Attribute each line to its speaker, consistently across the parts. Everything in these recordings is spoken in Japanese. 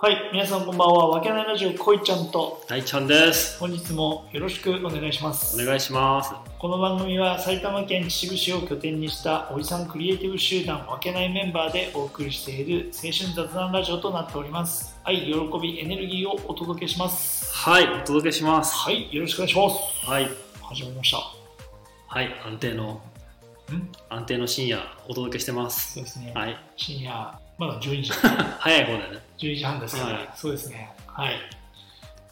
Speaker 1: はい、皆さんこんばんは。わけないラジオこいちゃんと
Speaker 2: 大ちゃんです。
Speaker 1: 本日もよろしくお願いします
Speaker 2: お。願いします。
Speaker 1: この番組は埼玉県秩父市を拠点にしたおじさんクリエイティブ集団わけないメンバーでお送りしている青春雑談ラジオとなっております。愛、喜び、エネルギーをお届けします。
Speaker 2: はい、お届けします。
Speaker 1: はい、よろしくお願いします。
Speaker 2: はい、
Speaker 1: 始まりました。
Speaker 2: はい、安定の
Speaker 1: ん
Speaker 2: 安定の深夜お届けしてます。
Speaker 1: そうですね。
Speaker 2: はい、
Speaker 1: 深夜、まだ12時、
Speaker 2: 早い方だよね。
Speaker 1: 12時半ですから、
Speaker 2: はい
Speaker 1: そうですね。はい。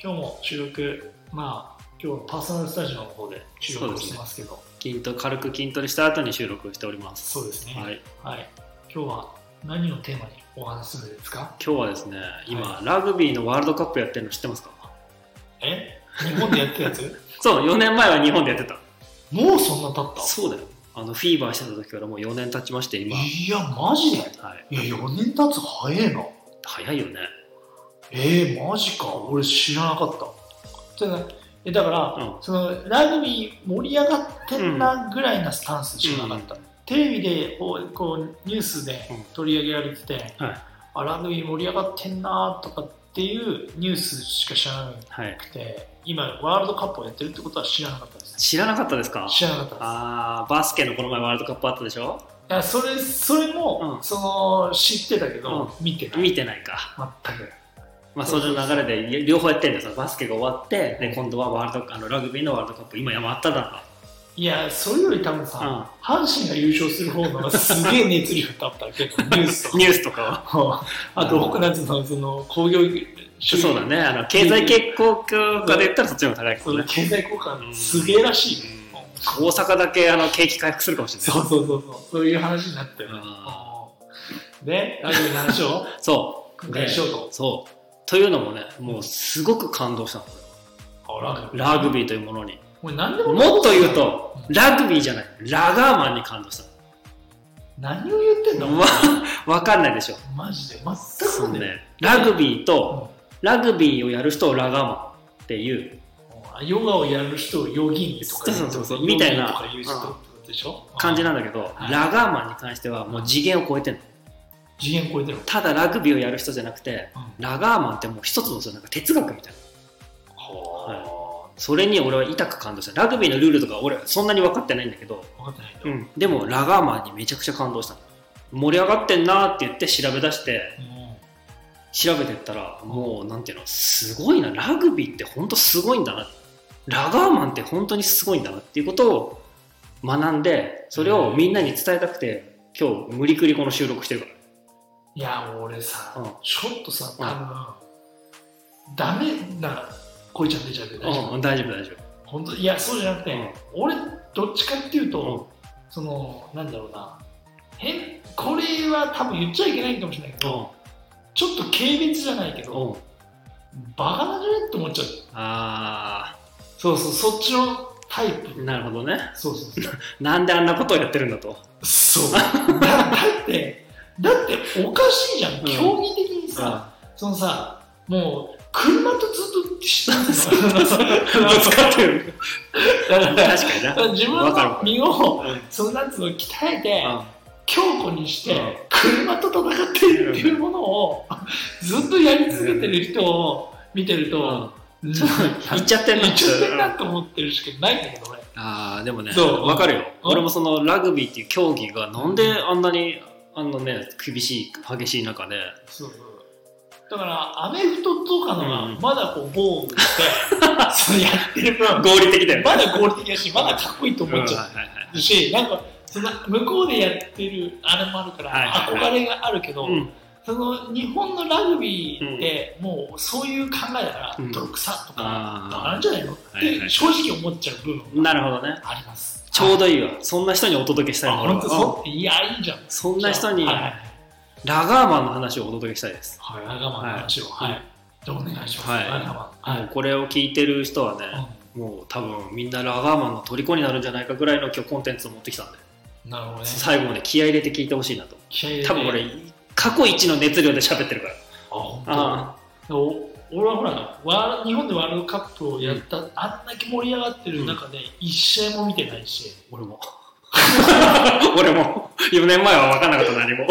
Speaker 1: 今日も収録、まあ、今日はパーソナルスタジオの方で収録をしてますけど、
Speaker 2: 筋ト軽く筋トレした後に収録しております。
Speaker 1: そうですね。
Speaker 2: はい、
Speaker 1: はい、今日は何をテーマにお話しするんですか
Speaker 2: 今日はですね、今、ラグビーのワールドカップやってるの知ってますか？
Speaker 1: え日本でやってたやつ
Speaker 2: そう、4年前は日本でやってた。
Speaker 1: もうそんな経った
Speaker 2: そうだよ。あのフィーバーしてた時からもう4年経ちまして今、はい、
Speaker 1: いやマジでいや4年経つ早えな
Speaker 2: 早いよね。
Speaker 1: えー、マジか俺知らなかったじゃえだから、
Speaker 2: うん
Speaker 1: そのラグビー盛り上がってんなぐらいなスタンス知らなかった、テレビでこうこうニュースで
Speaker 2: うん
Speaker 1: 取り上げられてて、
Speaker 2: はい
Speaker 1: あラグビー盛り上がってんなとかっていうニュースしか知らない
Speaker 2: はい。
Speaker 1: なくて今ワールドカップをやってるってことは知らなかったです
Speaker 2: 知らなかったですか？
Speaker 1: 知らなかったです
Speaker 2: あーバスケのこの前ワールドカップあったでしょ？
Speaker 1: いやそれそれも、
Speaker 2: うん
Speaker 1: その知ってたけど、見てない
Speaker 2: 見てないか。
Speaker 1: 全く
Speaker 2: まあ、その流れで両方やってるんですよバスケが終わってで今度はワールドカあのラグビーのワールドカップ今山あっただ
Speaker 1: いやそれより多分さ、
Speaker 2: ろ
Speaker 1: 阪神が優勝する方のがすげえ熱量だった 結構ニュース
Speaker 2: う、うん、ニュースとかは
Speaker 1: とかあと僕なんつうのその工業主義
Speaker 2: そうだねあの経済結構化で言ったらそっちの方が高いか
Speaker 1: そ
Speaker 2: も
Speaker 1: の
Speaker 2: ね、
Speaker 1: 経済効果すげえらしい、
Speaker 2: うん大阪だけあの景気回復するかもしれ
Speaker 1: そ
Speaker 2: ないう
Speaker 1: そうそうそうそういう話になったよね
Speaker 2: あ
Speaker 1: でラグビーの話を
Speaker 2: そ
Speaker 1: 今回しようと
Speaker 2: うそうというのもねもうすごく感動したの
Speaker 1: あラグビー
Speaker 2: ラグビーというものに
Speaker 1: もう何でも
Speaker 2: もっと言うとラグビーじゃないラガーマンに感動した
Speaker 1: 何を言ってんの、
Speaker 2: わわかんないでしょ
Speaker 1: マジで全く
Speaker 2: そ
Speaker 1: わか
Speaker 2: うん
Speaker 1: ない
Speaker 2: ねラグビーと、
Speaker 1: うん
Speaker 2: ラグビーをやる人をラガーマンっていう、
Speaker 1: ヨガをやる人をヨギンとか言
Speaker 2: そうそうそう
Speaker 1: ヨギン
Speaker 2: みたいな
Speaker 1: とか言う人ってことでしょ
Speaker 2: 感じなんだけど、
Speaker 1: はい
Speaker 2: ラガーマンに関してはもう次元を超えてる
Speaker 1: 次元超えてる
Speaker 2: ただラグビーをやる人じゃなくてラガーマンってもう一つのそのなんか哲学みたいな
Speaker 1: は
Speaker 2: それに俺は痛く感動したラグビーのルールとか俺そんなに分かってないんだけど、
Speaker 1: あ分かってないんだ
Speaker 2: でもラガーマンにめちゃくちゃ感動したの盛り上がってんなーって言って調べ出して調べてったらもうなんていうのすごいなラグビーって本当すごいんだなラガーマンって本当にすごいんだなっていうことを学んでそれをみんなに伝えたくて今日無理くりこの収録してるか
Speaker 1: いや俺
Speaker 2: う
Speaker 1: さ
Speaker 2: ん
Speaker 1: ちょっとさ多分ダメなこいちゃん出ちゃうけど
Speaker 2: ら、
Speaker 1: 大丈
Speaker 2: う
Speaker 1: 夫
Speaker 2: ん、大丈夫大丈
Speaker 1: 本当いやそうじゃなく
Speaker 2: うん
Speaker 1: て俺どっちかっていうと
Speaker 2: 夫、
Speaker 1: そのなんだろうな変これは多分言っちゃいけないかもしれないけどちょっと軽蔑じゃないけ
Speaker 2: うん
Speaker 1: ど
Speaker 2: うんうん
Speaker 1: バカなんじゃねって思っちゃう
Speaker 2: あ
Speaker 1: そうそうそっちのタイプ
Speaker 2: ーなるほどね
Speaker 1: そうそうそう。
Speaker 2: なんであんなことをやってるんだと
Speaker 1: そうだだって、だっておかしいじゃん、
Speaker 2: ん
Speaker 1: 競技的に さ、そのさ、もう車とずっと下にさ
Speaker 2: ぶつかってる 確かにな
Speaker 1: 自分
Speaker 2: わかるわ
Speaker 1: の
Speaker 2: かる
Speaker 1: 身を、
Speaker 2: うん
Speaker 1: そのなんつうの、鍛えて、
Speaker 2: う
Speaker 1: 強固にして
Speaker 2: うん、
Speaker 1: 車と戦っているっていうものを、ずっとやり続けてる人を見てる
Speaker 2: ん
Speaker 1: と、
Speaker 2: ちょっと行っちゃってんな
Speaker 1: めっちゃってんなと思ってるしかないんだけどね。
Speaker 2: あーでもね
Speaker 1: そう
Speaker 2: わかるよ
Speaker 1: うん
Speaker 2: 俺もそのラグビーっていう競技がなんであんなにあのね厳しい激しい中で
Speaker 1: そうそうだからアメフトとかの
Speaker 2: う
Speaker 1: が
Speaker 2: ん
Speaker 1: まだこう防 具してそのやってる分
Speaker 2: 合理的だよね
Speaker 1: まだ合理的だしまだかっこいいと思っちゃ
Speaker 2: はいはいはいう
Speaker 1: し、なんかその向こうでやってるあれもあるから、
Speaker 2: はいはいは
Speaker 1: 憧れがあるけど、
Speaker 2: うん
Speaker 1: その日本のラグビーってもうそういう考えだから、
Speaker 2: うん
Speaker 1: 泥臭とかバカな
Speaker 2: あ
Speaker 1: んじゃないのっ
Speaker 2: はいはい
Speaker 1: て正直思っちゃう部分
Speaker 2: ーなるほどね
Speaker 1: あります
Speaker 2: ちょうどいいわそんな人にお届けしたい
Speaker 1: あ
Speaker 2: の
Speaker 1: 本当
Speaker 2: 俺は
Speaker 1: そういやいいじゃん
Speaker 2: うんそんな人に
Speaker 1: はい
Speaker 2: ラガーマンの話をお届けしたいです
Speaker 1: はいはい我慢の話をはい、じゃあお願いします、
Speaker 2: はい
Speaker 1: 我慢
Speaker 2: もうこれを聞いてる人はね
Speaker 1: うん
Speaker 2: もう多分みんなラガーマンの虜になるんじゃないかぐらいの今日コンテンツを持ってきたんで
Speaker 1: なるほどね。
Speaker 2: 最後まで気合い入れて聞いてほしいなと
Speaker 1: 気合い入れて
Speaker 2: 多分俺過去一の熱量で喋ってるから
Speaker 1: あ、本当。
Speaker 2: あ
Speaker 1: お俺はほらワー、日本でワールドカップをやった、あんだけ盛り上がってる中で、一試合も見てないし、
Speaker 2: ー俺も俺も4年前は分かんなかった何も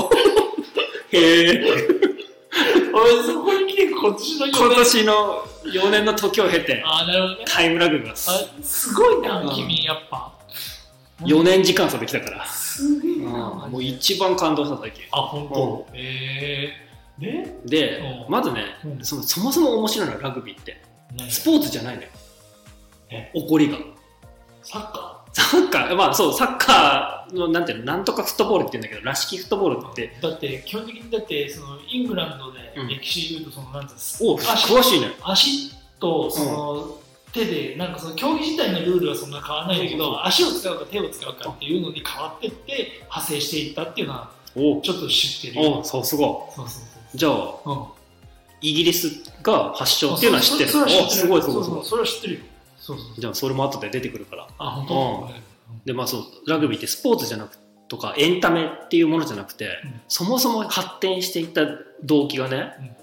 Speaker 2: へ
Speaker 1: 俺
Speaker 2: え
Speaker 1: 俺そこに来て今年の
Speaker 2: 今
Speaker 1: 4年
Speaker 2: 年の4年の時を経て
Speaker 1: ああなるほどね
Speaker 2: タイムラグが
Speaker 1: あすごいな
Speaker 2: うん
Speaker 1: 君やっぱ
Speaker 2: 4年時間差できたから、
Speaker 1: すげえ
Speaker 2: うん
Speaker 1: な
Speaker 2: もう一番感動した最近
Speaker 1: あ本当ええで
Speaker 2: で
Speaker 1: うん
Speaker 2: まずね
Speaker 1: うん
Speaker 2: そのそもそも面白いのはラグビーって
Speaker 1: 何
Speaker 2: スポーツじゃないのよ
Speaker 1: え
Speaker 2: 怒りが
Speaker 1: サッカ
Speaker 2: サッカーまあそうサッカーのなんていうのなんとかフットボールって言うんだけどらしきフットボールって
Speaker 1: ーだって基本的にだってそのイングランドで
Speaker 2: うん
Speaker 1: 歴史でいうとそのなんていうんです
Speaker 2: お
Speaker 1: 足
Speaker 2: 詳しいね
Speaker 1: 足とその手でなんかその競技自体のルールはそんな変わらないんだけ
Speaker 2: そうそう
Speaker 1: ど足を使うか手を使うかっていうのに変わってって派生していったっていうのは
Speaker 2: お
Speaker 1: ちょっと知ってるよ
Speaker 2: おそうすご
Speaker 1: そうそうそう
Speaker 2: いじゃあ
Speaker 1: うん
Speaker 2: イギリスが発祥っていうのは知ってる
Speaker 1: そそそれは
Speaker 2: お
Speaker 1: 知って
Speaker 2: すごいすごいす
Speaker 1: そうそ
Speaker 2: ごいう
Speaker 1: それは知ってるよそうそうそう
Speaker 2: じゃあそれも後で出てくるから
Speaker 1: あ本当
Speaker 2: でまあそうラグビーってスポーツじゃなくとかエンタメっていうものじゃなくて、
Speaker 1: うん
Speaker 2: そもそも発展していった動機がね、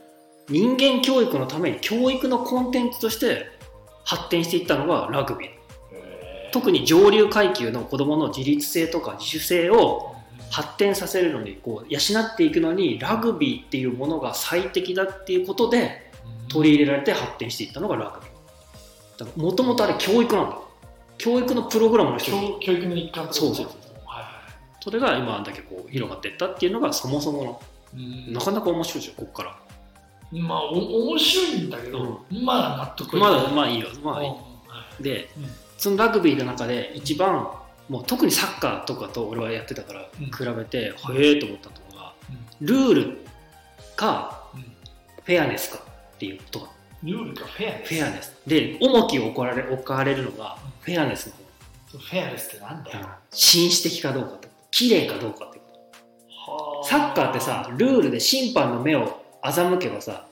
Speaker 2: 人間教育のために教育のコンテンツとして発展していったのがラグビー特に上流階級の子どもの自立性とか自主性を発展させるのにこう養っていくのにラグビーっていうものが最適だっていうことで取り入れられて発展していったのがラグビーだからもともとあれ教育なんだ教育のプログラムの一つ
Speaker 1: 教教育の一環ってこと
Speaker 2: そうそうそう
Speaker 1: はい
Speaker 2: それが今あんだけこう広がっていったっていうのがそもそもの、
Speaker 1: はい
Speaker 2: なかなか面白いでしょここから
Speaker 1: うんまあお面白いんだけどまだ納得いか
Speaker 2: ま
Speaker 1: ない
Speaker 2: だまあいいよまあいい、で、
Speaker 1: うん
Speaker 2: そのラグビーの中で一番もう特にサッカーとかと俺はやってたから
Speaker 1: うん
Speaker 2: 比べて、へえと思ったのが、ルールか
Speaker 1: うん
Speaker 2: フェアネスかっていうことが
Speaker 1: ルールがフェアです
Speaker 2: フェアネスで重きを置かれ置かれるのがフェアネスの方
Speaker 1: フェアですってなんだよ
Speaker 2: 紳士的かどうかってこと綺麗かどうかってことサッカーってさルールで審判の目を欺けばさ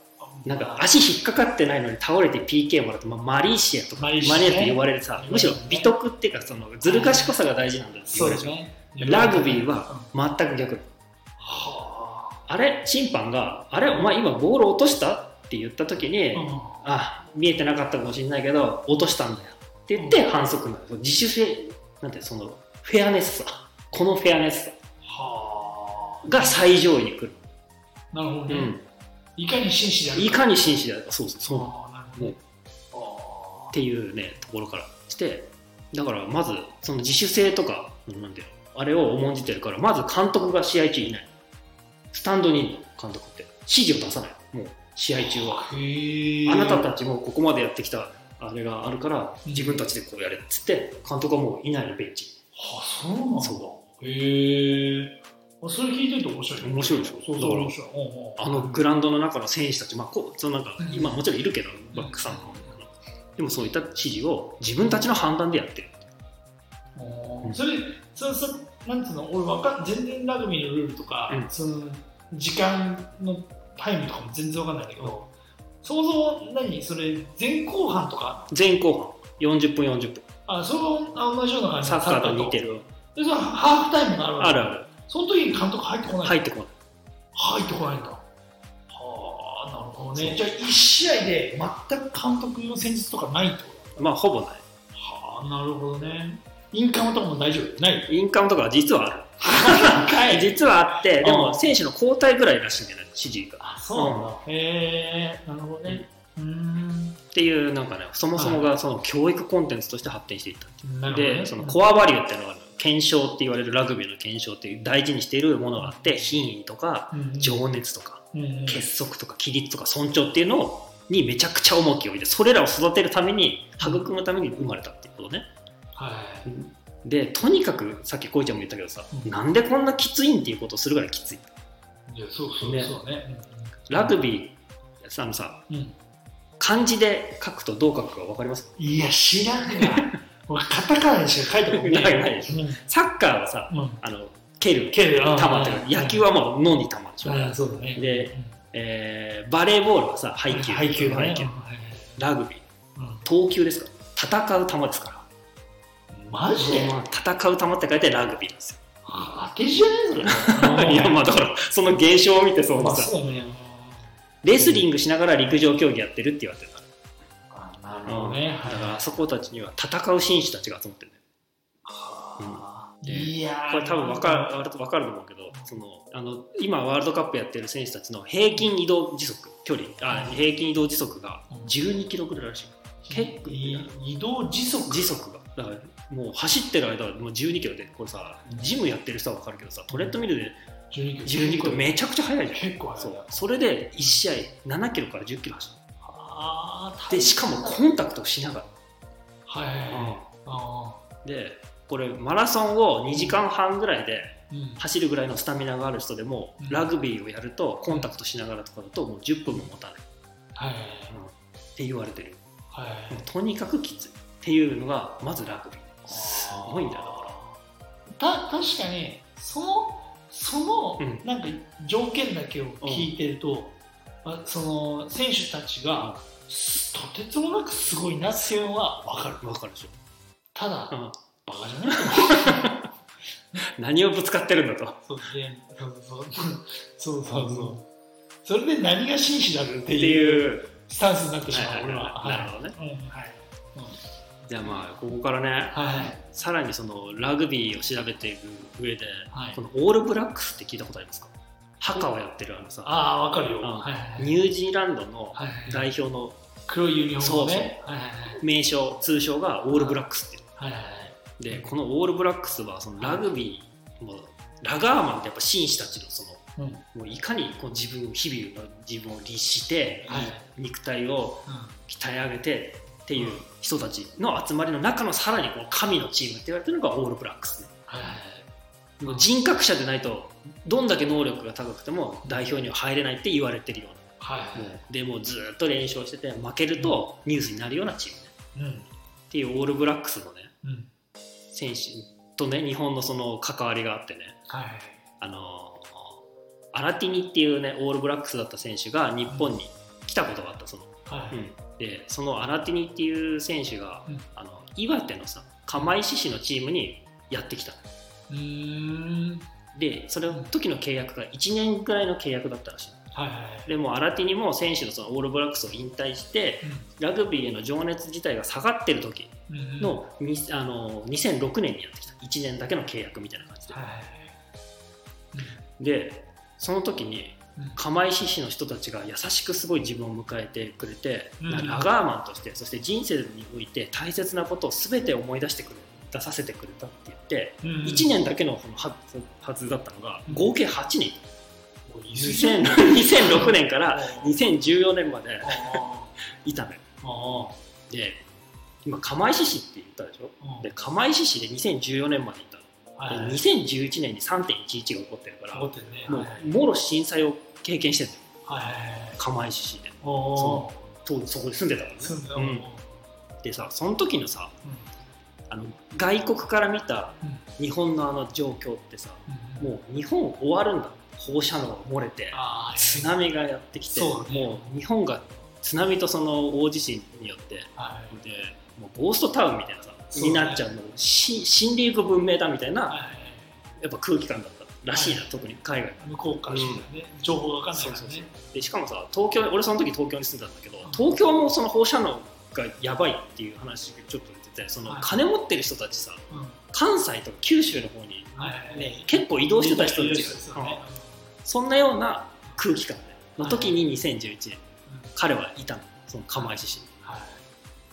Speaker 2: なんか足引っかかってないのに倒れて PK もらって、まあ、マリーシアとか
Speaker 1: マ
Speaker 2: マ
Speaker 1: リ
Speaker 2: リ
Speaker 1: ー
Speaker 2: ー
Speaker 1: シア
Speaker 2: シアって言われるさむしろ美徳っていうかそのずる賢さが大事なんだって言
Speaker 1: そ
Speaker 2: わ
Speaker 1: う
Speaker 2: れ
Speaker 1: で
Speaker 2: る
Speaker 1: す
Speaker 2: じゃん
Speaker 1: ね
Speaker 2: ラグビーは全く逆
Speaker 1: は
Speaker 2: あれ審判が「あれお前今ボール落とした?」って言った時に「
Speaker 1: あ
Speaker 2: あ見えてなかったかもしれないけど落としたんだよ」って言って反則になる自主性なんてそのフェアネスさこのフェアネスさ
Speaker 1: は
Speaker 2: が最上位に来る、
Speaker 1: あなるほど
Speaker 2: う
Speaker 1: ね
Speaker 2: ん、
Speaker 1: いかに紳士である
Speaker 2: いかに紳士であるかそうそうそう
Speaker 1: あーなるほど
Speaker 2: っていうねところからしてだからまずその自主性とかなんていうのあれを重んじてるからまず監督が試合中いないスタンドにいるの監督って指示を出さないもう試合中は
Speaker 1: あーへえ
Speaker 2: あなたたちもここまでやってきたあれがあるから
Speaker 1: うん
Speaker 2: 自分たちでこうやれっつって監督はもういないのベンチ
Speaker 1: はあそうなんだ
Speaker 2: そ
Speaker 1: へえあそれ聞いてると面白いね
Speaker 2: 面白いでしょ
Speaker 1: そうそう
Speaker 2: だから
Speaker 1: 面白いうん
Speaker 2: あのグラウンドの中の選手たち、まあ、こうそのなんか今もちろんいるけどバックさんもでもそういった指示を自分たちの判断でやってる
Speaker 1: うん
Speaker 2: うん
Speaker 1: それそそなんつうの俺わかん全然ラグビーのルールとか、
Speaker 2: うん
Speaker 1: その時間のタイムとかも全然わかんないんだけど想像何それ前後半とか
Speaker 2: 前後半40分40分
Speaker 1: あそれは同じような感じ
Speaker 2: サッカーと似てる
Speaker 1: でそのハーフタイムがあるわ
Speaker 2: あ
Speaker 1: け
Speaker 2: るある
Speaker 1: その時に監督入ってこない
Speaker 2: 入ってこない
Speaker 1: 入ってこないんだ。はあ、なるほどね。じゃあ、1試合で全く監督の戦術とかないってこ
Speaker 2: まあほぼない
Speaker 1: とはあ、なるほどね。インカムとかも大丈夫 ない
Speaker 2: インカムとかは実はあ
Speaker 1: は
Speaker 2: る。実はあってで
Speaker 1: うん
Speaker 2: も選手の交代ぐらいらしいんじゃない指示が
Speaker 1: あ、そうなんだ。へえ、なるほどね。うーん。
Speaker 2: っていうなんかねそもそもがその教育コンテンツとして発展していった
Speaker 1: なるほどね
Speaker 2: でそのコアバリューっていうのがある検証って言われるラグビーの検証っていう大事にしているものがあって品位とか
Speaker 1: うん
Speaker 2: 情熱とか
Speaker 1: うんうん
Speaker 2: 結束とか規律とか尊重っていうのをにめちゃくちゃ重きを置いてそれらを育てるために育むために生まれたっていうことね
Speaker 1: はい。
Speaker 2: でとにかくさっきこいちゃんも言ったけどさ、
Speaker 1: うん
Speaker 2: なんでこんなきついんっていうことをするぐらいきつい
Speaker 1: いや、そうそう
Speaker 2: ね
Speaker 1: そうね。
Speaker 2: ラグビーさんさ
Speaker 1: うんうん。
Speaker 2: 漢字で書くとどう書くか分かります
Speaker 1: いや、知らんが。俺、カタカナにしか書いてこ
Speaker 2: ないないでし
Speaker 1: うん
Speaker 2: サッカーはさ
Speaker 1: うん。
Speaker 2: あの蹴る
Speaker 1: けど、
Speaker 2: 球って
Speaker 1: あ
Speaker 2: か野球はもう脳に球でしょ、
Speaker 1: あそうだね。
Speaker 2: で
Speaker 1: うん、
Speaker 2: えーバレーボールはさ配球
Speaker 1: 配球だね。
Speaker 2: ラグビー
Speaker 1: うん
Speaker 2: 投球ですから戦う球ですから
Speaker 1: マジで
Speaker 2: まあ戦う球って書いてラグビーなんですよ
Speaker 1: 当てじゃないそれ
Speaker 2: いやまあだからその現象を見てそう
Speaker 1: まあ
Speaker 2: でさ
Speaker 1: そうね
Speaker 2: レスリングしながら陸上競技やってるって言われてるから
Speaker 1: あなるほどね
Speaker 2: だから
Speaker 1: は
Speaker 2: あそこたちには戦う紳士たちが集まってるんだよ
Speaker 1: い
Speaker 2: で
Speaker 1: いやー
Speaker 2: これ多分わかるわかわかると思うけどそのあの今ワールドカップやってる選手たちの平均移動時速距離あ平均移動時速が12キロぐらいらしい結構
Speaker 1: い移動時速
Speaker 2: 時速がだからもう走ってる間はもう12キロでこれさジムやってる人は分かるけどさトレッドミルで
Speaker 1: 12キロ
Speaker 2: 12キロめちゃくちゃ速いじゃん
Speaker 1: 結構
Speaker 2: そ
Speaker 1: 速いう
Speaker 2: それで1試合7キロから10キロ走る
Speaker 1: あー
Speaker 2: でしかもコンタクトしなが
Speaker 1: はいはい
Speaker 2: ら、
Speaker 1: はいあ
Speaker 2: でこれマラソンを2時間半ぐらいで
Speaker 1: ーうん
Speaker 2: 走るぐらいのスタミナがある人でも
Speaker 1: うん
Speaker 2: ラグビーをやるとコンタクトしながらとかだともう10分も持たない、
Speaker 1: はいはい
Speaker 2: うんって言われてる
Speaker 1: はいはい
Speaker 2: もうとにかくきついっていうのがまずラグビーすごいんだよだから
Speaker 1: た確かにそのその、
Speaker 2: うん
Speaker 1: なんか条件だけを聞いてると、あその選手たちが、すとてつもなくすごいなっていうのは分かる
Speaker 2: わかるでしょ、
Speaker 1: ただ、
Speaker 2: うん
Speaker 1: バカじゃない
Speaker 2: 何をぶつかってるんだと
Speaker 1: そうねそうそうそうそうそう、それで何が紳士だって
Speaker 2: って
Speaker 1: いう
Speaker 2: いう
Speaker 1: スタンスになってし
Speaker 2: は
Speaker 1: まう俺
Speaker 2: いはい
Speaker 1: は
Speaker 2: はいなるほどね
Speaker 1: はい、うんはい
Speaker 2: じゃあまあここからね
Speaker 1: はい
Speaker 2: さらにそのラグビーを調べていく上で、
Speaker 1: はい
Speaker 2: このオールブラックスって聞いたことありますかハカをやってるあのさ
Speaker 1: ああ分かるよ、
Speaker 2: うん
Speaker 1: はいはい
Speaker 2: ニュージーランドの
Speaker 1: はいはい
Speaker 2: 代表の
Speaker 1: 黒いユニフォーム
Speaker 2: そう
Speaker 1: ねはいはい
Speaker 2: 名称通称がオールブラックスっていう
Speaker 1: はいはいはい
Speaker 2: でこのオールブラックスはそのラグビーもうラガーマンってやっぱ紳士たちのその
Speaker 1: うん
Speaker 2: もういかにこう自分日々の自分を律して、
Speaker 1: はい
Speaker 2: 肉体を鍛え上げてっていう人たちの集まりの中のさらにこう神のチームって言われてるのがオールブラックスね
Speaker 1: はいはい
Speaker 2: もう人格者でないとどんだけ能力が高くても代表には入れないって言われてるよう
Speaker 1: はい
Speaker 2: な、もうでもうずっと連勝してて負けるとニュースになるようなチームね
Speaker 1: うん
Speaker 2: っていうオールブラックスのね
Speaker 1: うん
Speaker 2: 選手とね日本のその関わりがあってね
Speaker 1: はいはい
Speaker 2: あのーアラティニっていうねオールブラックスだった選手が日本に来たことがあったその、
Speaker 1: はい
Speaker 2: うんでそのアラティニっていう選手が、
Speaker 1: うん
Speaker 2: あの岩手のさ釜石市のチームにやってきた
Speaker 1: うーん
Speaker 2: でそれの時の契約が1年ぐらいの契約だったらしい
Speaker 1: はいはい
Speaker 2: でもうアラティニも選手のそのオールブラックスを引退してラグビーへの情熱自体が下がってる時
Speaker 1: うん
Speaker 2: の、にあのー2006年にやってきた1年だけの契約みたいな感じで、
Speaker 1: はい
Speaker 2: でその時に
Speaker 1: うん
Speaker 2: 釜石市の人たちが優しくすごい自分を迎えてくれて、
Speaker 1: うん
Speaker 2: ラガーマンとしてそして人生において大切なことを全て思い出してくれ出させてくれたって言って、
Speaker 1: うん
Speaker 2: 1年だけのこのははずだったのが
Speaker 1: うん
Speaker 2: 合計8人、
Speaker 1: もういずれ
Speaker 2: 2000 2006年から
Speaker 1: うん
Speaker 2: 2014年まで
Speaker 1: ああ
Speaker 2: いたのよ
Speaker 1: ああ
Speaker 2: で今釜石市って言ったでしょ
Speaker 1: うん
Speaker 2: で釜石市で2014年までいた
Speaker 1: はい
Speaker 2: の
Speaker 1: は
Speaker 2: で
Speaker 1: い
Speaker 2: 2011年に3.11が起こってるから
Speaker 1: 残ってるね
Speaker 2: も
Speaker 1: はいう
Speaker 2: もろ震災を経験してる
Speaker 1: はいはいはい
Speaker 2: 釜石市で
Speaker 1: おお
Speaker 2: そ当時そこに住んでたからね
Speaker 1: 住んでた
Speaker 2: うんでさその時のさ
Speaker 1: うん
Speaker 2: あの外国から見た
Speaker 1: うん
Speaker 2: 日本のあの状況ってさ
Speaker 1: うん
Speaker 2: もう日本終わるんだ放射能が漏れて
Speaker 1: ああ
Speaker 2: 津波がやってきて
Speaker 1: そうだね
Speaker 2: もう日本が津波とその大地震によってで
Speaker 1: はい
Speaker 2: もうゴーストタウンみたいなさ
Speaker 1: そうだね
Speaker 2: になっちゃうのし死んでいく文明だみたいな
Speaker 1: はい
Speaker 2: やっぱ空気感だったらしいな
Speaker 1: は
Speaker 2: 特に海外
Speaker 1: 向こうからしてね情報が分かんないか
Speaker 2: そう
Speaker 1: ら
Speaker 2: そう
Speaker 1: ね
Speaker 2: でしかもさ東京俺その時東京に住んでたんだけど
Speaker 1: うん
Speaker 2: 東京もその放射能がやばいっていう話ちょっと言っててその
Speaker 1: はい
Speaker 2: 金持ってる人たちさ
Speaker 1: うん
Speaker 2: 関西とか九州の方に、
Speaker 1: はいはい
Speaker 2: ね、結構移動してた人たち
Speaker 1: 移動してた人
Speaker 2: が、
Speaker 1: ね
Speaker 2: うんそんなような空気感での時に2011年
Speaker 1: うん
Speaker 2: 彼はいたのその釜石市に
Speaker 1: は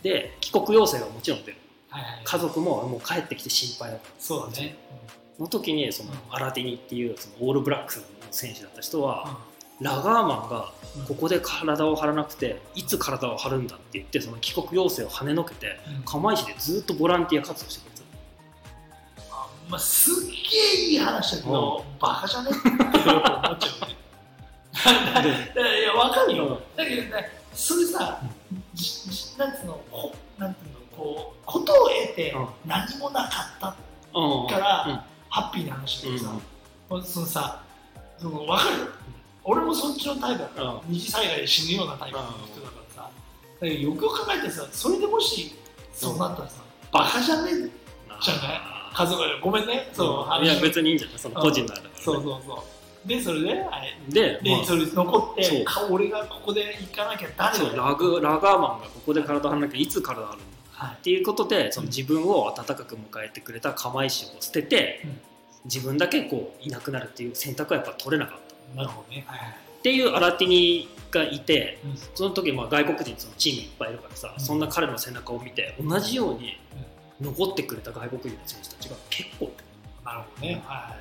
Speaker 1: い
Speaker 2: で帰国要請がもちろん出る
Speaker 1: はいはい
Speaker 2: 家族ももう帰ってきて心配だった
Speaker 1: そうだね
Speaker 2: の時にその
Speaker 1: うん
Speaker 2: アラディニっていうそのオールブラックスの選手だった人
Speaker 1: う
Speaker 2: は
Speaker 1: ん
Speaker 2: ラガーマンが
Speaker 1: うん
Speaker 2: ここで体を張らなくていつ体を張るんだって言ってその帰国要請を跳ねのけて
Speaker 1: うん
Speaker 2: 釜石でずっとボランティア活動してくれてた
Speaker 1: あまあ、すっげえいい話だけど、バカじゃね って思っちゃうね だから。いや、わかるよ。だけどね、それさ、じじなんつうの、こなんつうの、こう、ことを得て
Speaker 2: うん
Speaker 1: 何もなかった
Speaker 2: うん
Speaker 1: から、
Speaker 2: うん
Speaker 1: ハッピーな話だけどさ
Speaker 2: うん、
Speaker 1: もうそのさ、そのわかるよ。俺もそっちのタイプだから、
Speaker 2: うん
Speaker 1: 二次災害で死ぬようなタイプの人だからさ、だけどよくよく考えてさ、それでもしそうなったらさ、バカじゃねえじゃない家族ごめんね、そう、
Speaker 2: うんい
Speaker 1: 話
Speaker 2: や別にいいんじゃないその個人のあれだか
Speaker 1: そ
Speaker 2: ら
Speaker 1: う
Speaker 2: ね
Speaker 1: そうそう。で、それで、あれ、
Speaker 2: で
Speaker 1: で、
Speaker 2: まあ
Speaker 1: それ残っ
Speaker 2: そ
Speaker 1: て
Speaker 2: う
Speaker 1: か、俺がここで行かなきゃ誰
Speaker 2: そう
Speaker 1: だよ。
Speaker 2: ラグラガーマンがここで体張らなきゃいつ体張るんだ
Speaker 1: はい
Speaker 2: っていうことでその自分を温かく迎えてくれた釜石を捨てて、
Speaker 1: うん
Speaker 2: 自分だけこういなくなるっていう選択はやっぱ取れなかった
Speaker 1: なるほどねはいはい
Speaker 2: っていうアラティニがいて
Speaker 1: うん
Speaker 2: その時まあ外国人そのチームいっぱいいるからさ、
Speaker 1: うん
Speaker 2: そんな彼の背中を見て同じように残ってくれた外国人の選手たちが結構
Speaker 1: なるほどねは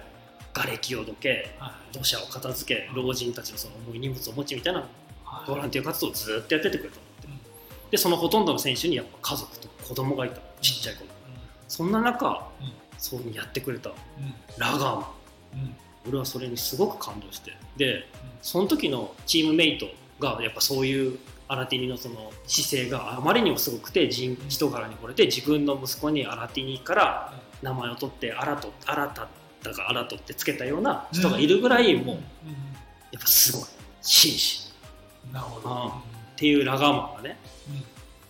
Speaker 2: 瓦礫をどけ
Speaker 1: いはい
Speaker 2: 土砂を片付け老人たちのその重い荷物を持ちみたいな
Speaker 1: はい
Speaker 2: ボランティア活動をずっとやっててくれた
Speaker 1: うんうん
Speaker 2: でそのほとんどの選手にやっぱ家族と子供がいたちっちゃい子そんな中、
Speaker 1: うん
Speaker 2: そういうふうにやってくれた
Speaker 1: うん
Speaker 2: ラガーマ
Speaker 1: う
Speaker 2: ン
Speaker 1: ん
Speaker 2: 俺はそれにすごく感動してでその時のチームメイトがやっぱそういうアラティニのその姿勢があまりにもすごくて人人柄に惚れて自分の息子にアラティニから名前を取ってアラトアラタだかアラトってつけたような人がいるぐらいもう
Speaker 1: う
Speaker 2: やっぱすごい紳士
Speaker 1: んなるほ
Speaker 2: あ
Speaker 1: ど
Speaker 2: っていうラガーマンがね
Speaker 1: うんうん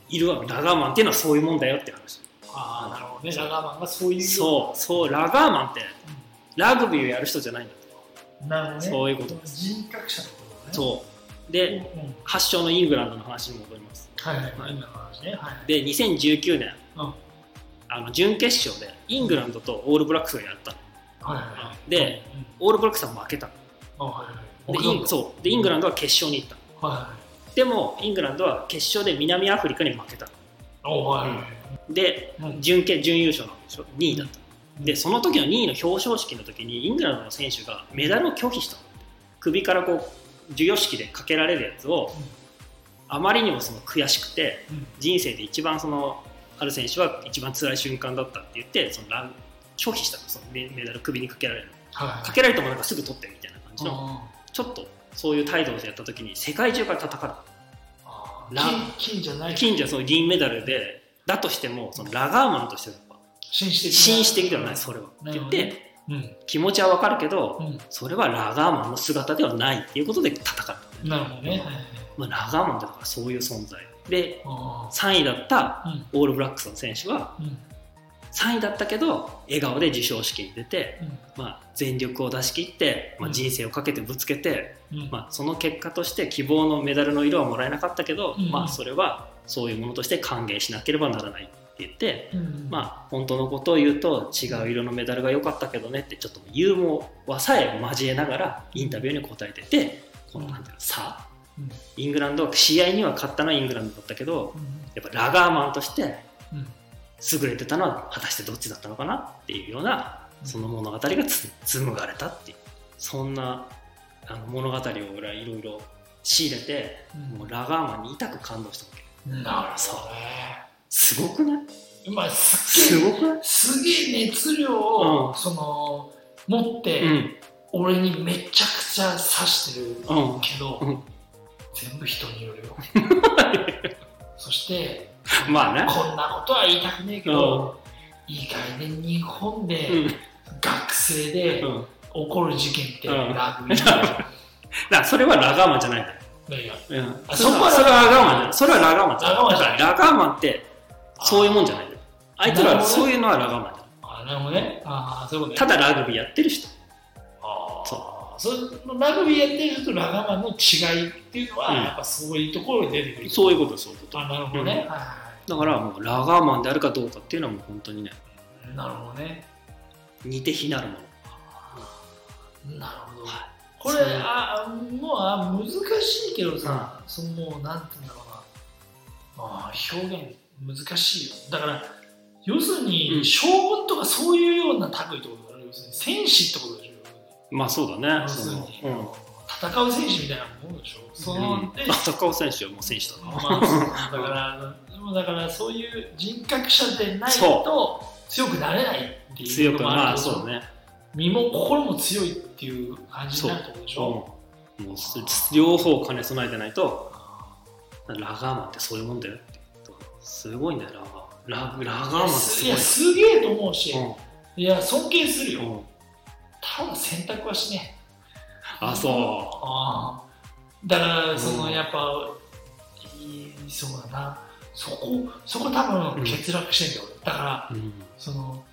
Speaker 2: いるわけラガーマンっていうのはそういうもんだよって話
Speaker 1: ああなるほどねラガーマンがそういう
Speaker 2: そうそうラガーマンってラグビーをやる人じゃないんだと
Speaker 1: うんなるほどね
Speaker 2: そういうこと
Speaker 1: 人格者のことね
Speaker 2: そう
Speaker 1: うん
Speaker 2: で
Speaker 1: うん
Speaker 2: 発祥のイングランドの話に戻ります
Speaker 1: はいはい
Speaker 2: は
Speaker 1: はいい今の話ねはい
Speaker 2: で2019年
Speaker 1: うんは
Speaker 2: あの準決勝でイングランドとオールブラックスがやったの
Speaker 1: いはいはい
Speaker 2: で
Speaker 1: うん
Speaker 2: オールブラックスは負けた
Speaker 1: あはいはい
Speaker 2: で
Speaker 1: はい
Speaker 2: インそうでイングランドは決勝に行った
Speaker 1: は
Speaker 2: でもイングランドは決勝で南アフリカに負けた
Speaker 1: いおはいはい
Speaker 2: で
Speaker 1: うん
Speaker 2: 準決準優勝なんでしょ2位だった
Speaker 1: うん
Speaker 2: でその時の2位の表彰式の時にイングランドの選手がメダルを拒否したの首からこう授与式でかけられるやつをあまりにもその悔しくて
Speaker 1: うん
Speaker 2: 人生で一番そのある選手は一番辛い瞬間だったって言ってそのラン拒否したのそのメメダル首にかけられる
Speaker 1: はい
Speaker 2: かけられてもなんかすぐ取ってみたいな感じの
Speaker 1: あ
Speaker 2: ちょっとそういう態度をやった時に世界中から戦う
Speaker 1: あ
Speaker 2: ラ
Speaker 1: 金金じゃない
Speaker 2: 近所はその銀メダルでだとしてもそのラガーマンとしてはやっぱ
Speaker 1: 紳士的な
Speaker 2: 紳士的ではないそれはって
Speaker 1: なる
Speaker 2: 言
Speaker 1: ほ
Speaker 2: っ
Speaker 1: どね
Speaker 2: て
Speaker 1: うん
Speaker 2: 気持ちはわかるけど
Speaker 1: う
Speaker 2: それはラガーマンの姿ではないっていうことで戦った、
Speaker 1: んなるほどねはいはい
Speaker 2: まあ、ラガーマンだからそういう存在で
Speaker 1: あ
Speaker 2: 3位だった
Speaker 1: あうん
Speaker 2: オールブラックスの選手は
Speaker 1: うん
Speaker 2: 3位だったけど笑顔で授賞式に出て、まあ、全力を出し切って、まあ、
Speaker 1: うん
Speaker 2: 人生をかけてぶつけて、
Speaker 1: うんうん
Speaker 2: まあ、その結果として希望のメダルの色はもらえなかったけど、
Speaker 1: うん
Speaker 2: まあ、それはそういうものとして歓迎しなければならないって言って。
Speaker 1: うん
Speaker 2: まあ、本当のことを言うと違う色のメダルが良かったけどねってちょっとユーモアさえ交えながらインタビューに答えててこのなんていうのさあ
Speaker 1: うん
Speaker 2: イングランドは試合には勝ったのはイングランドだったけど
Speaker 1: うん
Speaker 2: やっぱラガーマンとして
Speaker 1: うん
Speaker 2: 優れてたのは果たしてどっちだったのかなっていうようなその物語がつ紡がれたっていうそんなあの物語を俺はいろいろ仕入れて
Speaker 1: うん
Speaker 2: もうラガーマンに痛く感動したわけ
Speaker 1: なるほどね
Speaker 2: すごくない
Speaker 1: まあす
Speaker 2: す
Speaker 1: っげえ
Speaker 2: ごくない
Speaker 1: すげえ熱量を、
Speaker 2: うん
Speaker 1: その持って、
Speaker 2: うん
Speaker 1: 俺にめちゃくちゃ刺してる
Speaker 2: うん
Speaker 1: けど、
Speaker 2: うん
Speaker 1: 全部人によるよ そして
Speaker 2: まあ
Speaker 1: こ
Speaker 2: ね
Speaker 1: んなことは言いたくねえけど、いい加減日本で、
Speaker 2: うん
Speaker 1: 学生で
Speaker 2: うん
Speaker 1: 起こる事件って
Speaker 2: うん
Speaker 1: ラグビーだよ
Speaker 2: だからそれはラガーマンじゃない
Speaker 1: いや
Speaker 2: のよ、うん、
Speaker 1: あ
Speaker 2: それは
Speaker 1: そ
Speaker 2: そ
Speaker 1: こ
Speaker 2: れ
Speaker 1: は
Speaker 2: はラガーマンじゃないそれはラガーマンじゃないだからラガーマンってそういうもんじゃないのよあいつらはそういうのはラガーマンじゃない
Speaker 1: あなるほどねああそういうことね
Speaker 2: ただラグビーやってる人
Speaker 1: あー
Speaker 2: そ
Speaker 1: そのラグビーやってる人とラガマンの違いっていうのは、
Speaker 2: うん
Speaker 1: やっぱそういうところで出てくる
Speaker 2: そういうことそういうこと
Speaker 1: あなるほどね、
Speaker 2: うん
Speaker 1: はいは
Speaker 2: だからもうラガーマンであるかどうかっていうのはもう本当にね
Speaker 1: いなるほどね
Speaker 2: 似て非なるもの
Speaker 1: なるほど、
Speaker 2: はい
Speaker 1: これ
Speaker 2: そう
Speaker 1: あもうあ難しいけどさ、そのもうなんていうんだろうなあー表現難しいよだから要する
Speaker 2: う
Speaker 1: に
Speaker 2: ん
Speaker 1: 将軍とかそういうような類ってことだろ要するに戦士ってことでしょ
Speaker 2: まあそうだね
Speaker 1: 要す
Speaker 2: そ
Speaker 1: る
Speaker 2: の
Speaker 1: に、
Speaker 2: う
Speaker 1: 戦う戦士みたいなもんでしょそ
Speaker 2: ん、う
Speaker 1: の
Speaker 2: ん
Speaker 1: で、
Speaker 2: まあ、高尾選手はもう選手だ
Speaker 1: ま
Speaker 2: な
Speaker 1: あ、だから、でもだからそういう人格者でないと強くなれないっていう
Speaker 2: 強
Speaker 1: の
Speaker 2: く
Speaker 1: もあ
Speaker 2: ま
Speaker 1: る
Speaker 2: あ
Speaker 1: けど
Speaker 2: そうね、
Speaker 1: 身も心も強いっていう感じになるってことでし
Speaker 2: うん、
Speaker 1: ょ。
Speaker 2: もうす両方兼ね備えてないとラガーマンってそういうもんだよってすごいんだよラガーマンララガーマンって
Speaker 1: い
Speaker 2: すごい
Speaker 1: や、
Speaker 2: な
Speaker 1: すげえと思うし、
Speaker 2: うん
Speaker 1: いや、尊敬するよ。
Speaker 2: うん
Speaker 1: ただ選択はしね
Speaker 2: あそ
Speaker 1: あーだから、その、
Speaker 2: うん
Speaker 1: やっぱ、いいそうだな。そこ、そこ多分欠落してんだよ。だから、
Speaker 2: う、うん、
Speaker 1: その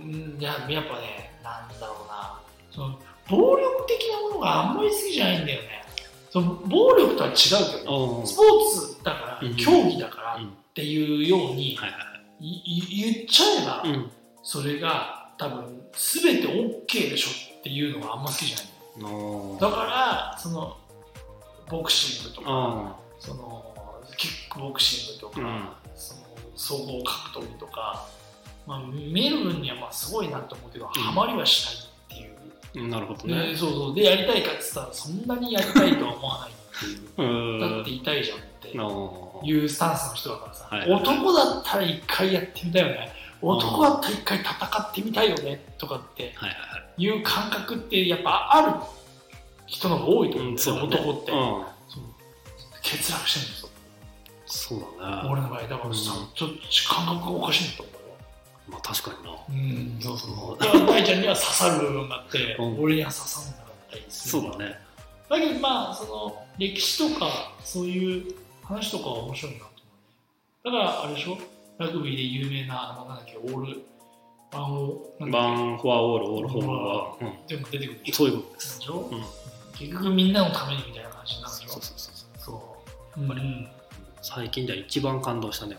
Speaker 1: うんいややっぱねなんだろうなその暴力的なものがあんまり好きじゃないんだよねその暴力とは違うけど、
Speaker 2: うん
Speaker 1: スポーツだから、
Speaker 2: うん
Speaker 1: 競技だから
Speaker 2: うん
Speaker 1: っていうように、
Speaker 2: はい
Speaker 1: いい言っちゃえば、
Speaker 2: はいうん
Speaker 1: それが多分全て OK でしょっていうのがあんま好きじゃない
Speaker 2: の
Speaker 1: だからそのボクシングとか
Speaker 2: あ
Speaker 1: そのキックボクシングと
Speaker 2: う
Speaker 1: か、
Speaker 2: ん
Speaker 1: その総合格闘技とか、まあ、見る分にはまあすごいなと思うけど、ハマりはしないっていう、
Speaker 2: うんなるほど
Speaker 1: で
Speaker 2: ね
Speaker 1: そうそうでやりたいかって言ったらそんなにやりたいとは思わないっていう
Speaker 2: う
Speaker 1: だっ
Speaker 2: ん
Speaker 1: て痛いじゃんって
Speaker 2: の
Speaker 1: いうスタンスの人だからさ、
Speaker 2: はい
Speaker 1: 男だったら一回やってみたいよね男だったら一回戦ってみたいよねとかって
Speaker 2: はいは
Speaker 1: いう感覚ってやっぱある人の方が多いと
Speaker 2: いは
Speaker 1: 思う
Speaker 2: い、
Speaker 1: ん
Speaker 2: ん
Speaker 1: だよね、
Speaker 2: だね
Speaker 1: 男って、
Speaker 2: うん、
Speaker 1: そう欠落してるんですよ
Speaker 2: そうだね
Speaker 1: 俺の場合だからさ、
Speaker 2: うん
Speaker 1: ちょっと感覚がおかしいと思うよ
Speaker 2: まあ確かにな
Speaker 1: うんそう
Speaker 2: そうそう
Speaker 1: そう大ちゃんには刺さる部分があって、
Speaker 2: うん
Speaker 1: 俺には刺さんなかったりす
Speaker 2: そ
Speaker 1: る
Speaker 2: うだね
Speaker 1: だけどまあその歴史とかそういう話とかは面白いなと思うねだからあれでしょラグビーで有名なあのなんだっけオールあのなん
Speaker 2: バ
Speaker 1: だっ
Speaker 2: ンフォアオールオールフォアオールは、
Speaker 1: けでも出てくる
Speaker 2: うん、
Speaker 1: でし
Speaker 2: そういうことです
Speaker 1: ょ、
Speaker 2: うん
Speaker 1: 結局みんなのためにみたいな話になる
Speaker 2: そ
Speaker 1: で
Speaker 2: う
Speaker 1: し
Speaker 2: そ
Speaker 1: ょ
Speaker 2: うそうそう
Speaker 1: そうやっぱり、うん
Speaker 2: 最近じゃ一番感動したね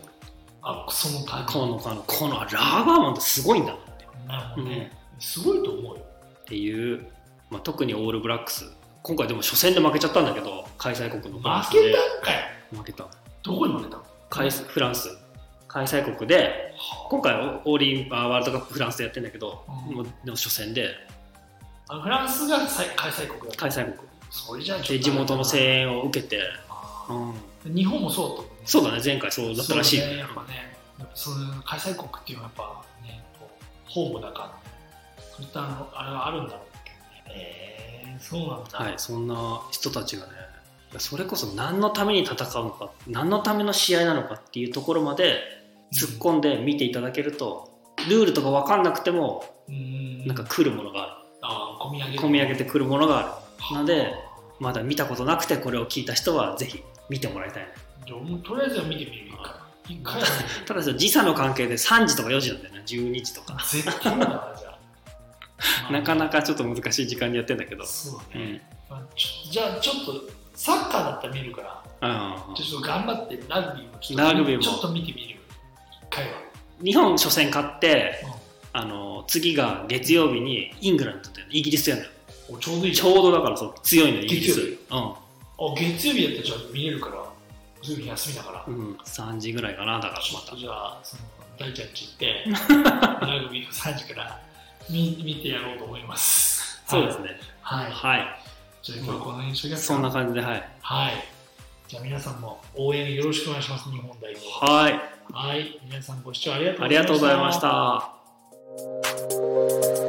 Speaker 1: あその感
Speaker 2: このこのこのラガーマンってすごいんだなって
Speaker 1: じなるほどね
Speaker 2: ね
Speaker 1: すごいと思うよ
Speaker 2: っていう、まあ、特にオールブラックス今回でも初戦で負けちゃったんだけど開催国のフランス
Speaker 1: 負け
Speaker 2: で
Speaker 1: たんかよ
Speaker 2: 負けた
Speaker 1: どこに負けたの
Speaker 2: 開フランス開催国で
Speaker 1: は
Speaker 2: 今回オーリンあワールドカップフランスでやってんだけど、
Speaker 1: うん
Speaker 2: もうでも初戦で
Speaker 1: あフランスがさい開催国だ
Speaker 2: 開催国
Speaker 1: それじゃあちょっ
Speaker 2: で
Speaker 1: と
Speaker 2: 地元の声援を受けて、
Speaker 1: あ
Speaker 2: う
Speaker 1: ー
Speaker 2: ん、
Speaker 1: 日本もそうだったもんね
Speaker 2: そうだね前回そうだったらしい、
Speaker 1: そうね、やっぱね、やっぱその開催国っていうのはやっぱね、こうホームだから、ね、そういったあのあれはあるんだろうけどね。へえそうなんだ。
Speaker 2: はい、そんな人たちがねそれこそ何のために戦うのか何のための試合なのかっていうところまで突っ込んで見ていただけると、ルールとか分かんなくても
Speaker 1: うん、
Speaker 2: なんか来るものが
Speaker 1: あー込み上
Speaker 2: あ
Speaker 1: げ
Speaker 2: る込み上げ
Speaker 1: て
Speaker 2: てくるものがあるのでまだ見たことなくてこれを聞いた人はぜひ見てもらいたいね
Speaker 1: じゃあもうとりあえずは見てみるか。一回は
Speaker 2: ただですよ時差の関係で3時とか4時なんだよね12時とか。
Speaker 1: 絶対だな、じゃあ
Speaker 2: なか
Speaker 1: か。
Speaker 2: なかちょっと難しい時間でやってんだけど
Speaker 1: そう
Speaker 2: う
Speaker 1: だ
Speaker 2: ん、う
Speaker 1: ね、
Speaker 2: ん、
Speaker 1: まあちょじゃあちょっとサッカーだったら見るから、ちょっと頑張ってラグビーもちょっと
Speaker 2: ラグビーも
Speaker 1: ちょっと見てみる。一回は。
Speaker 2: 日本初戦勝って
Speaker 1: うん
Speaker 2: あの次が月曜日にイングランドとイギリスやんのよ
Speaker 1: おちょうどいいじゃん
Speaker 2: ちょうどだからそう強いのよイギリス、
Speaker 1: 月曜
Speaker 2: うん
Speaker 1: あ月曜日やったらじゃあ見れるから月曜日休みだから、
Speaker 2: うん、3時ぐらいかなだから
Speaker 1: ちょ
Speaker 2: ま
Speaker 1: ったとじゃあその大ちゃんち 行ってラグビーの3時から見見てやろうと思います
Speaker 2: そうですね
Speaker 1: はい、はい、
Speaker 2: はい、
Speaker 1: じゃあ今日はこの辺にしときますか
Speaker 2: そんな感じではい
Speaker 1: はいじゃあ皆さんも応援よろしくお願いします日本代表
Speaker 2: はい
Speaker 1: はい皆さんご視聴ありがとう
Speaker 2: あ
Speaker 1: ご
Speaker 2: り
Speaker 1: ざいました
Speaker 2: がとうございました